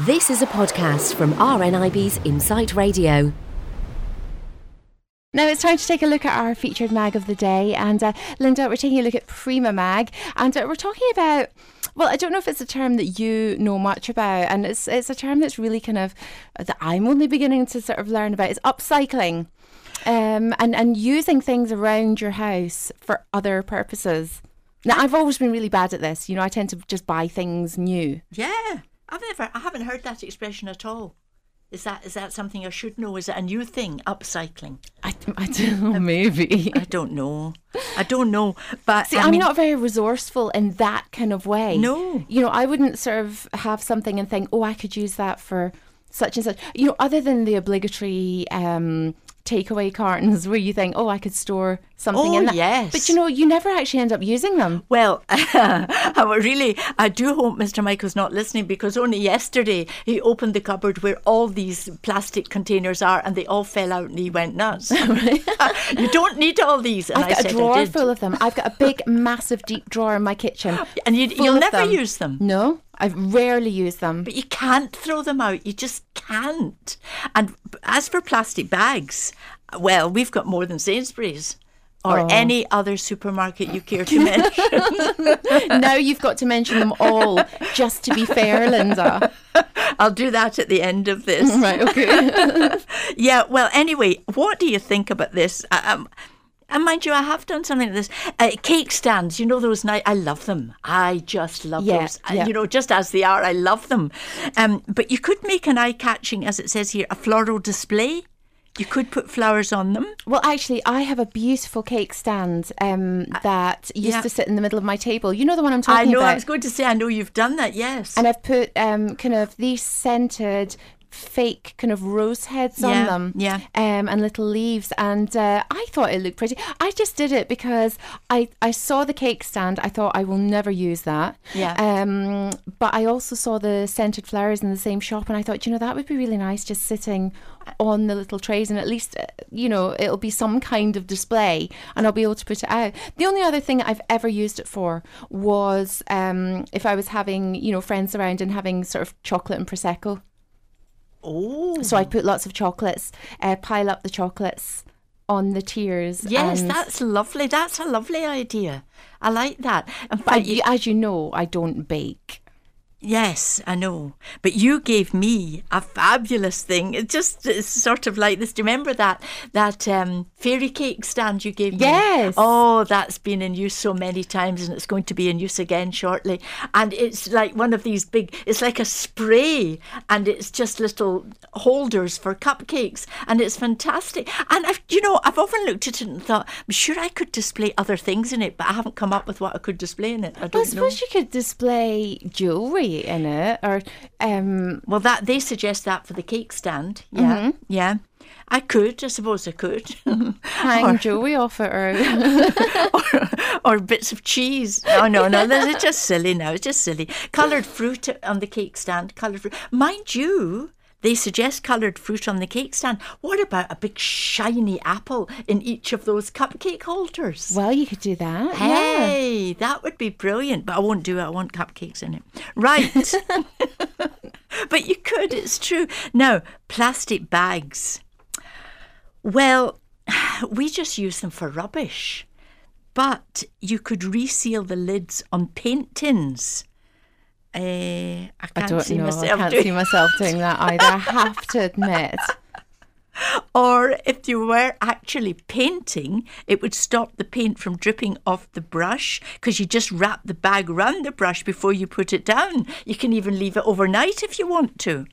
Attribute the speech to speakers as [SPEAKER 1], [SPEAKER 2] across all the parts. [SPEAKER 1] This is a podcast from RNIB's Insight Radio.
[SPEAKER 2] Now it's time to take a look at our featured mag of the day. And uh, Linda, we're taking a look at Prima Mag. And uh, we're talking about, well, I don't know if it's a term that you know much about. And it's, it's a term that's really kind of, uh, that I'm only beginning to sort of learn about. It's upcycling um, and, and using things around your house for other purposes. Now, I've always been really bad at this. You know, I tend to just buy things new.
[SPEAKER 3] Yeah, I've never, I haven't heard that expression at all. Is that is that something I should know? Is it a new thing, upcycling?
[SPEAKER 2] I, I don't know, maybe.
[SPEAKER 3] I don't know. I don't know. But
[SPEAKER 2] See,
[SPEAKER 3] I
[SPEAKER 2] I am
[SPEAKER 3] mean,
[SPEAKER 2] not very resourceful in that kind of way.
[SPEAKER 3] No.
[SPEAKER 2] You know, I wouldn't sort of have something and think, oh, I could use that for such and such. You know, other than the obligatory um, takeaway cartons where you think, oh, I could store something
[SPEAKER 3] Oh,
[SPEAKER 2] in that.
[SPEAKER 3] yes.
[SPEAKER 2] But you know, you never actually end up using them.
[SPEAKER 3] Well, I would really, I do hope Mr. Michael's not listening because only yesterday he opened the cupboard where all these plastic containers are and they all fell out and he went nuts. you don't need all these. And
[SPEAKER 2] I've got
[SPEAKER 3] I
[SPEAKER 2] a
[SPEAKER 3] said
[SPEAKER 2] drawer
[SPEAKER 3] I did.
[SPEAKER 2] full of them. I've got a big, massive, deep drawer in my kitchen.
[SPEAKER 3] and you,
[SPEAKER 2] full
[SPEAKER 3] you'll
[SPEAKER 2] of
[SPEAKER 3] never
[SPEAKER 2] them.
[SPEAKER 3] use them.
[SPEAKER 2] No, I rarely use them.
[SPEAKER 3] But you can't throw them out. You just can't. And as for plastic bags, well, we've got more than Sainsbury's or
[SPEAKER 2] Oh.
[SPEAKER 3] any other supermarket you care to mention.
[SPEAKER 2] now you've got to mention them all just to be fair, Linda.
[SPEAKER 3] I'll do that at the end of this.
[SPEAKER 2] Right, okay.
[SPEAKER 3] Yeah, well, anyway, what do you think about this? I- Um, and mind you, I have done something like this. Uh, cake stands, you know those nice. I love them. I just love
[SPEAKER 2] Yeah,
[SPEAKER 3] those. Uh,
[SPEAKER 2] yeah.
[SPEAKER 3] You know, just as they are, I love them. Um, but you could make an eye-catching, as it says here, a floral display. You could put flowers on them.
[SPEAKER 2] Well, actually, I have a beautiful cake stand um, that used
[SPEAKER 3] Uh, yeah.
[SPEAKER 2] to sit in the middle of my table. You know the one I'm
[SPEAKER 3] I
[SPEAKER 2] talking
[SPEAKER 3] know.
[SPEAKER 2] about.
[SPEAKER 3] I was going to say. I know you've done that. Yes.
[SPEAKER 2] and I've put um, kind of these scented fake kind of rose heads on
[SPEAKER 3] Yeah,
[SPEAKER 2] them
[SPEAKER 3] yeah.
[SPEAKER 2] um, and little leaves and uh, I thought it looked pretty I just did it because I, I saw the cake stand I thought I will never use that
[SPEAKER 3] Yeah.
[SPEAKER 2] um, but I also saw the scented flowers in the same shop and I thought you know that would be really nice just sitting on the little trays and at least uh, you know it'll be some kind of display and I'll be able to put it out the only other thing I've ever used it for was um, if I was having you know friends around and having sort of chocolate and prosecco
[SPEAKER 3] oh,
[SPEAKER 2] so I put lots of chocolates, uh, pile up the chocolates on the tiers.
[SPEAKER 3] yes.
[SPEAKER 2] and-
[SPEAKER 3] That's lovely. That's a lovely idea. I like that. In
[SPEAKER 2] I,
[SPEAKER 3] fact, you-
[SPEAKER 2] as you know, I don't bake.
[SPEAKER 3] Yes, I know. But you gave me a fabulous thing. It just it's sort of like this. Do you remember that that um, fairy cake stand you gave me?
[SPEAKER 2] Yes.
[SPEAKER 3] Oh, that's been in use so many times, and it's going to be in use again shortly. And it's like one of these big. It's like a spray, and it's just little holders for cupcakes, and it's fantastic. And I've, you know, I've often looked at it and thought, I'm sure I could display other things in it, but I haven't come up with what I could display in it. I don't
[SPEAKER 2] I
[SPEAKER 3] know.
[SPEAKER 2] suppose you could display jewellery in it, or um,
[SPEAKER 3] Well, that they suggest that for the cake stand. Yeah, yeah. I could, I suppose I could,
[SPEAKER 2] hang jewellery off it, or
[SPEAKER 3] or bits of cheese. Oh no, no, this is just silly now. It's just silly. Coloured fruit on the cake stand. Coloured fruit, mind you. They suggest coloured fruit on the cake stand. What about a big shiny apple in each of those cupcake holders?
[SPEAKER 2] well, you could do that. yeah.
[SPEAKER 3] Hey, that would be brilliant, but I won't do it. I want cupcakes in it. Right. but you could, it's true. Now, plastic bags. Well, we just use them for rubbish, but you could reseal the lids on paint tins. Uh, I can't
[SPEAKER 2] I don't
[SPEAKER 3] see
[SPEAKER 2] know. I
[SPEAKER 3] myself
[SPEAKER 2] can't
[SPEAKER 3] doing
[SPEAKER 2] see myself doing that either. I have to admit.
[SPEAKER 3] Or if you were actually painting, it would stop the paint from dripping off the brush because you just wrap the bag round the brush before you put it down. You can even leave it overnight if you want to.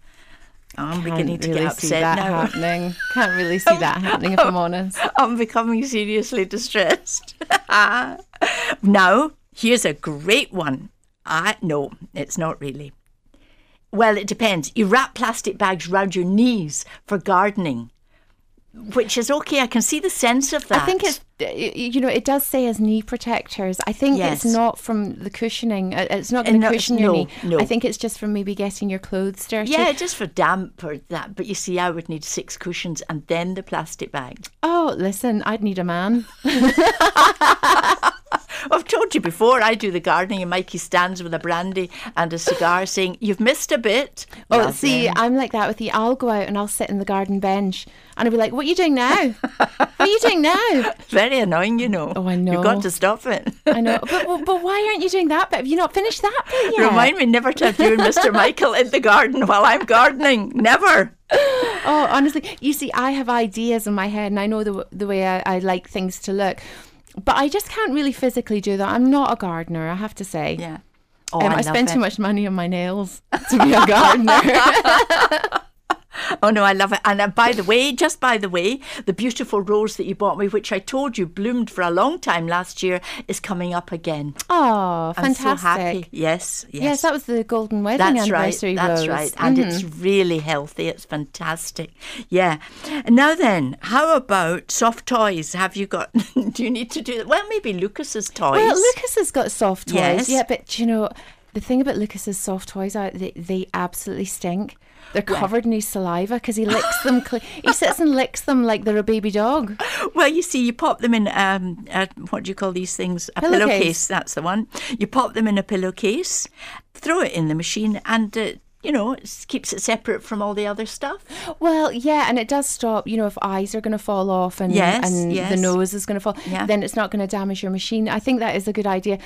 [SPEAKER 3] Oh, I'm
[SPEAKER 2] Can't
[SPEAKER 3] beginning to
[SPEAKER 2] really
[SPEAKER 3] get
[SPEAKER 2] see
[SPEAKER 3] upset
[SPEAKER 2] that
[SPEAKER 3] now. Oh
[SPEAKER 2] happening. Can't really see that happening if I'm honest.
[SPEAKER 3] I'm becoming seriously distressed. now, here's a great one. I no, it's not really. Well, it depends. You wrap plastic bags round your knees for gardening, which is okay. I can see the sense of that.
[SPEAKER 2] I think it's y- you know it does say as knee protectors. I think
[SPEAKER 3] Yes.
[SPEAKER 2] it's not from the cushioning. Uh, It's not going
[SPEAKER 3] no,
[SPEAKER 2] to
[SPEAKER 3] it's-
[SPEAKER 2] cushion your
[SPEAKER 3] no,
[SPEAKER 2] knee.
[SPEAKER 3] no.
[SPEAKER 2] I think it's just from maybe getting your clothes dirty.
[SPEAKER 3] yeah, just for damp or that. But you see, I would need six cushions and then the plastic bag.
[SPEAKER 2] Oh, listen, I'd need a man.
[SPEAKER 3] I've told you before, I do the gardening, and Mikey stands with a brandy and a cigar saying, You've missed a bit.
[SPEAKER 2] Oh,
[SPEAKER 3] Well,
[SPEAKER 2] see,
[SPEAKER 3] then,
[SPEAKER 2] I'm like that with the. I'll go out and I'll sit in the garden bench and I'll be like, "What are you doing now? what are you doing now?"
[SPEAKER 3] very annoying, you know.
[SPEAKER 2] Oh, I
[SPEAKER 3] You've got
[SPEAKER 2] know.
[SPEAKER 3] to stop it.
[SPEAKER 2] I know, but, but but why aren't you doing that bit? Have you not finished that bit yet?
[SPEAKER 3] Remind me never to have you and Mr. Michael in the garden while I'm gardening. Never.
[SPEAKER 2] Oh, honestly, you see, I have ideas in my head, and I know the w- the way I, I like things to look, but I just can't really physically do that. I'm not a gardener, I have to say.
[SPEAKER 3] Yeah. Oh,
[SPEAKER 2] Um, I,
[SPEAKER 3] love
[SPEAKER 2] spend
[SPEAKER 3] it.
[SPEAKER 2] too much money on my nails to be a gardener.
[SPEAKER 3] Oh no, I love it. And uh, by the way, just by the way, the beautiful rose that you bought me, which I told you bloomed for a long time last year, is coming up again.
[SPEAKER 2] oh,
[SPEAKER 3] I'm
[SPEAKER 2] fantastic!
[SPEAKER 3] so happy. Yes, yes.
[SPEAKER 2] Yes, that was the golden wedding
[SPEAKER 3] that's right.
[SPEAKER 2] anniversary rose.
[SPEAKER 3] That's
[SPEAKER 2] Mm-hmm.
[SPEAKER 3] right. And it's really healthy. It's fantastic. Yeah. Now then, how about soft toys? Have you got do you need to do well maybe Lucas's toys?
[SPEAKER 2] Well, Lucas has got soft toys.
[SPEAKER 3] Yes.
[SPEAKER 2] Yeah, but do you know the thing about Lucas's soft toys are they, they absolutely stink. They're covered in his saliva because he licks them. Cle- he sits and licks them like they're a baby dog.
[SPEAKER 3] Well, you see, you pop them in um, a, what do you call these things? A
[SPEAKER 2] Pillowcase.
[SPEAKER 3] pillowcase. That's the one. You pop them in a pillowcase, throw it in the machine, and uh, you know it s- keeps it separate from all the other stuff.
[SPEAKER 2] Well, yeah, and it does stop. You know, if eyes are going to fall off and
[SPEAKER 3] Yes,
[SPEAKER 2] and the
[SPEAKER 3] yes.
[SPEAKER 2] nose is going to fall,
[SPEAKER 3] Yeah.
[SPEAKER 2] then it's not going to damage your machine. I think that is a good idea.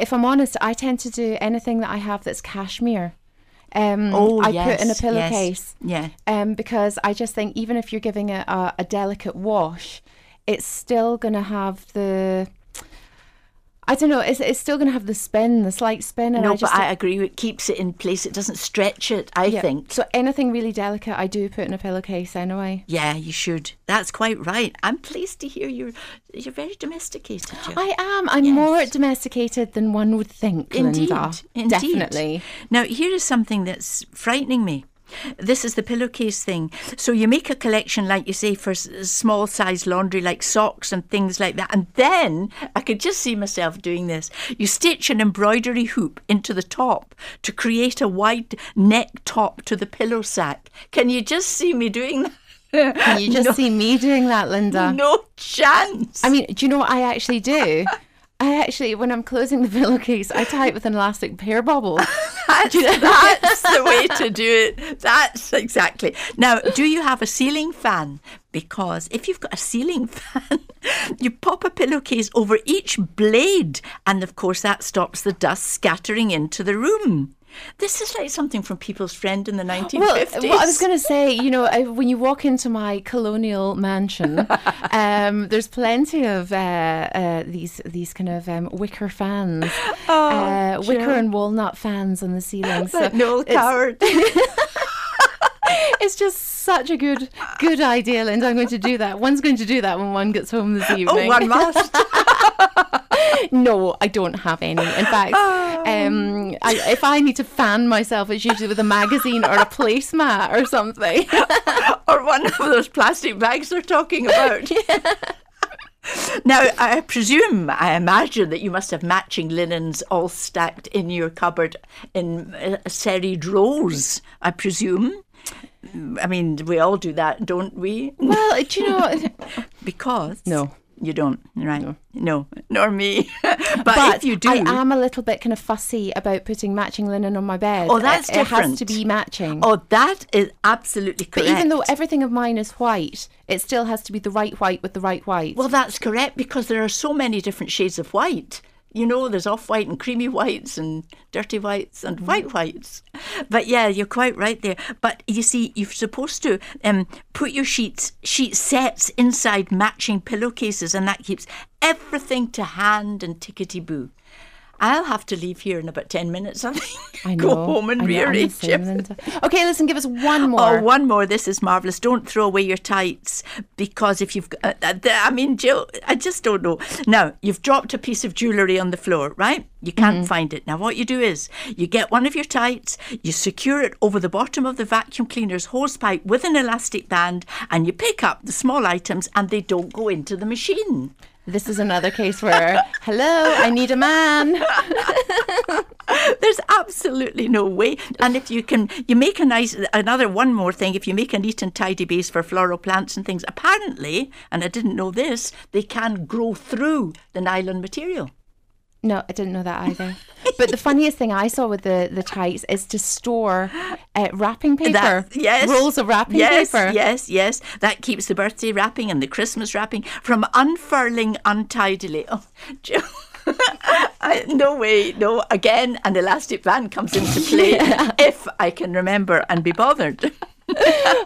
[SPEAKER 2] If I'm honest, I tend to do anything that I have that's cashmere. Um,
[SPEAKER 3] Oh,
[SPEAKER 2] I
[SPEAKER 3] yes,
[SPEAKER 2] put in a
[SPEAKER 3] yes.
[SPEAKER 2] pillowcase.
[SPEAKER 3] Yeah.
[SPEAKER 2] um, because I just think even if you're giving it a, a delicate wash, it's still going to have the. I don't know. It's, it's still going to have the spin, the slight spin, and
[SPEAKER 3] no,
[SPEAKER 2] I just
[SPEAKER 3] but I agree. It keeps it in place. It doesn't stretch it. I
[SPEAKER 2] yeah.
[SPEAKER 3] think.
[SPEAKER 2] so. Anything really delicate, I do put in a pillowcase anyway.
[SPEAKER 3] Yeah, you should. That's quite right. I'm pleased to hear you're you're very domesticated. Jo.
[SPEAKER 2] I am. I'm more domesticated than one would think.
[SPEAKER 3] Indeed,
[SPEAKER 2] Linda.
[SPEAKER 3] indeed.
[SPEAKER 2] definitely.
[SPEAKER 3] Now, here is something that's frightening me. This is the pillowcase thing. So you make a collection, like you say, for s- small size laundry, like socks and things like that. And then I could just see myself doing this. You stitch an embroidery hoop into the top to create a wide neck top to the pillow sack. Can you just see me doing that?
[SPEAKER 2] Can you just see me doing that, Linda?
[SPEAKER 3] No chance.
[SPEAKER 2] I mean, do you know what I actually do? I actually, when I'm closing the pillowcase, I tie it with an elastic hair bubble.
[SPEAKER 3] That's, that's the way to do it. That's exactly. Now, do you have a ceiling fan? Because if you've got a ceiling fan, you pop a pillowcase over each blade, and of course, that stops the dust scattering into the room. This is like something from People's Friend in the 1950s.
[SPEAKER 2] Well, what I was going to say, you know, I, when you walk into my colonial mansion, um, there's plenty of uh, uh, these these kind of um, wicker fans, uh, wicker and walnut fans on the ceiling. So
[SPEAKER 3] Like Noel
[SPEAKER 2] it's-
[SPEAKER 3] Coward.
[SPEAKER 2] It's just such a good good idea, Linda. I'm going to do that. One's going to do that when one gets home this evening.
[SPEAKER 3] Oh, one must.
[SPEAKER 2] No, I don't have any. In fact, um, I, if I need to fan myself, it's usually with a magazine or a placemat or something.
[SPEAKER 3] or one of those plastic bags they're talking about. Now, I presume, I imagine that you must have matching linens all stacked in your cupboard in uh, serried rows, I presume. I mean, we all do that, don't we?
[SPEAKER 2] well, do you know?
[SPEAKER 3] Because.
[SPEAKER 2] No.
[SPEAKER 3] You don't, right? No, nor me. but,
[SPEAKER 2] but
[SPEAKER 3] if you do.
[SPEAKER 2] I am a little bit kind of fussy about putting matching linen on my bed.
[SPEAKER 3] Oh, that's
[SPEAKER 2] it, it has to
[SPEAKER 3] different.
[SPEAKER 2] be matching.
[SPEAKER 3] oh, that is absolutely
[SPEAKER 2] but
[SPEAKER 3] correct.
[SPEAKER 2] even though everything of mine is white, it still has to be the right white with the right white.
[SPEAKER 3] Well, that's correct because there are so many different shades of white. You know, there's off white and creamy whites and dirty whites and
[SPEAKER 2] Mm.
[SPEAKER 3] white whites. But yeah, you're quite right there. But you see, you're supposed to um, put your sheets, sheet sets inside matching pillowcases, and that keeps everything to hand and tickety boo. I'll have to leave here in about 10 minutes, I think.
[SPEAKER 2] I know.
[SPEAKER 3] Go home and
[SPEAKER 2] I know, I'm the
[SPEAKER 3] rearrange
[SPEAKER 2] same,
[SPEAKER 3] everything.
[SPEAKER 2] Linda. Okay, listen, give us one
[SPEAKER 3] Oh,
[SPEAKER 2] more.
[SPEAKER 3] one more. This is marvelous. Don't throw away your tights because if you've, got- uh, uh, th- I mean, Jill, I just don't know. Now you've dropped a piece of jewellery on the floor, right? You can't find it. Now what you do is you get one of your tights, you secure it over the bottom of the vacuum cleaner's hose pipe with an elastic band, and you pick up the small items, and they don't go into the machine.
[SPEAKER 2] This is another case where, hello, I need a man.
[SPEAKER 3] There's absolutely no way. And if you can, you make a nice, another one more thing, if you make a neat and tidy base for floral plants and things, apparently, and I didn't know this, they can grow through the nylon material.
[SPEAKER 2] No, I didn't know that either. but the funniest thing I saw with the, the tights is to store uh, wrapping paper.
[SPEAKER 3] That- yes.
[SPEAKER 2] Rolls of wrapping
[SPEAKER 3] yes,
[SPEAKER 2] paper.
[SPEAKER 3] Yes, yes. That keeps the birthday wrapping and the Christmas wrapping from unfurling untidily. Oh, Joe. I, no way, no. Again, an elastic band comes into play if I can remember and be bothered.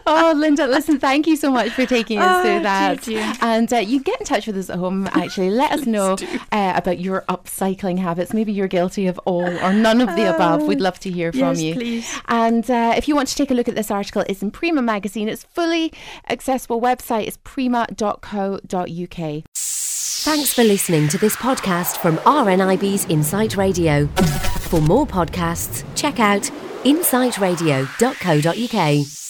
[SPEAKER 2] Oh, Linda, listen, thank you so much for taking us
[SPEAKER 3] Oh,
[SPEAKER 2] through
[SPEAKER 3] dear,
[SPEAKER 2] that.
[SPEAKER 3] dear.
[SPEAKER 2] And uh, you get in touch with us at home, actually. Let us know uh, about your upcycling habits. Maybe you're guilty of all or none of the above. We'd love to hear from
[SPEAKER 3] Oh, yes,
[SPEAKER 2] you.
[SPEAKER 3] please.
[SPEAKER 2] And uh, if you want to take a look at this article, it's in Prima magazine. It's fully accessible website. It's prima.co.uk.
[SPEAKER 1] Thanks for listening to this podcast from RNIB's Insight Radio. For more podcasts, check out insightradio.co.uk.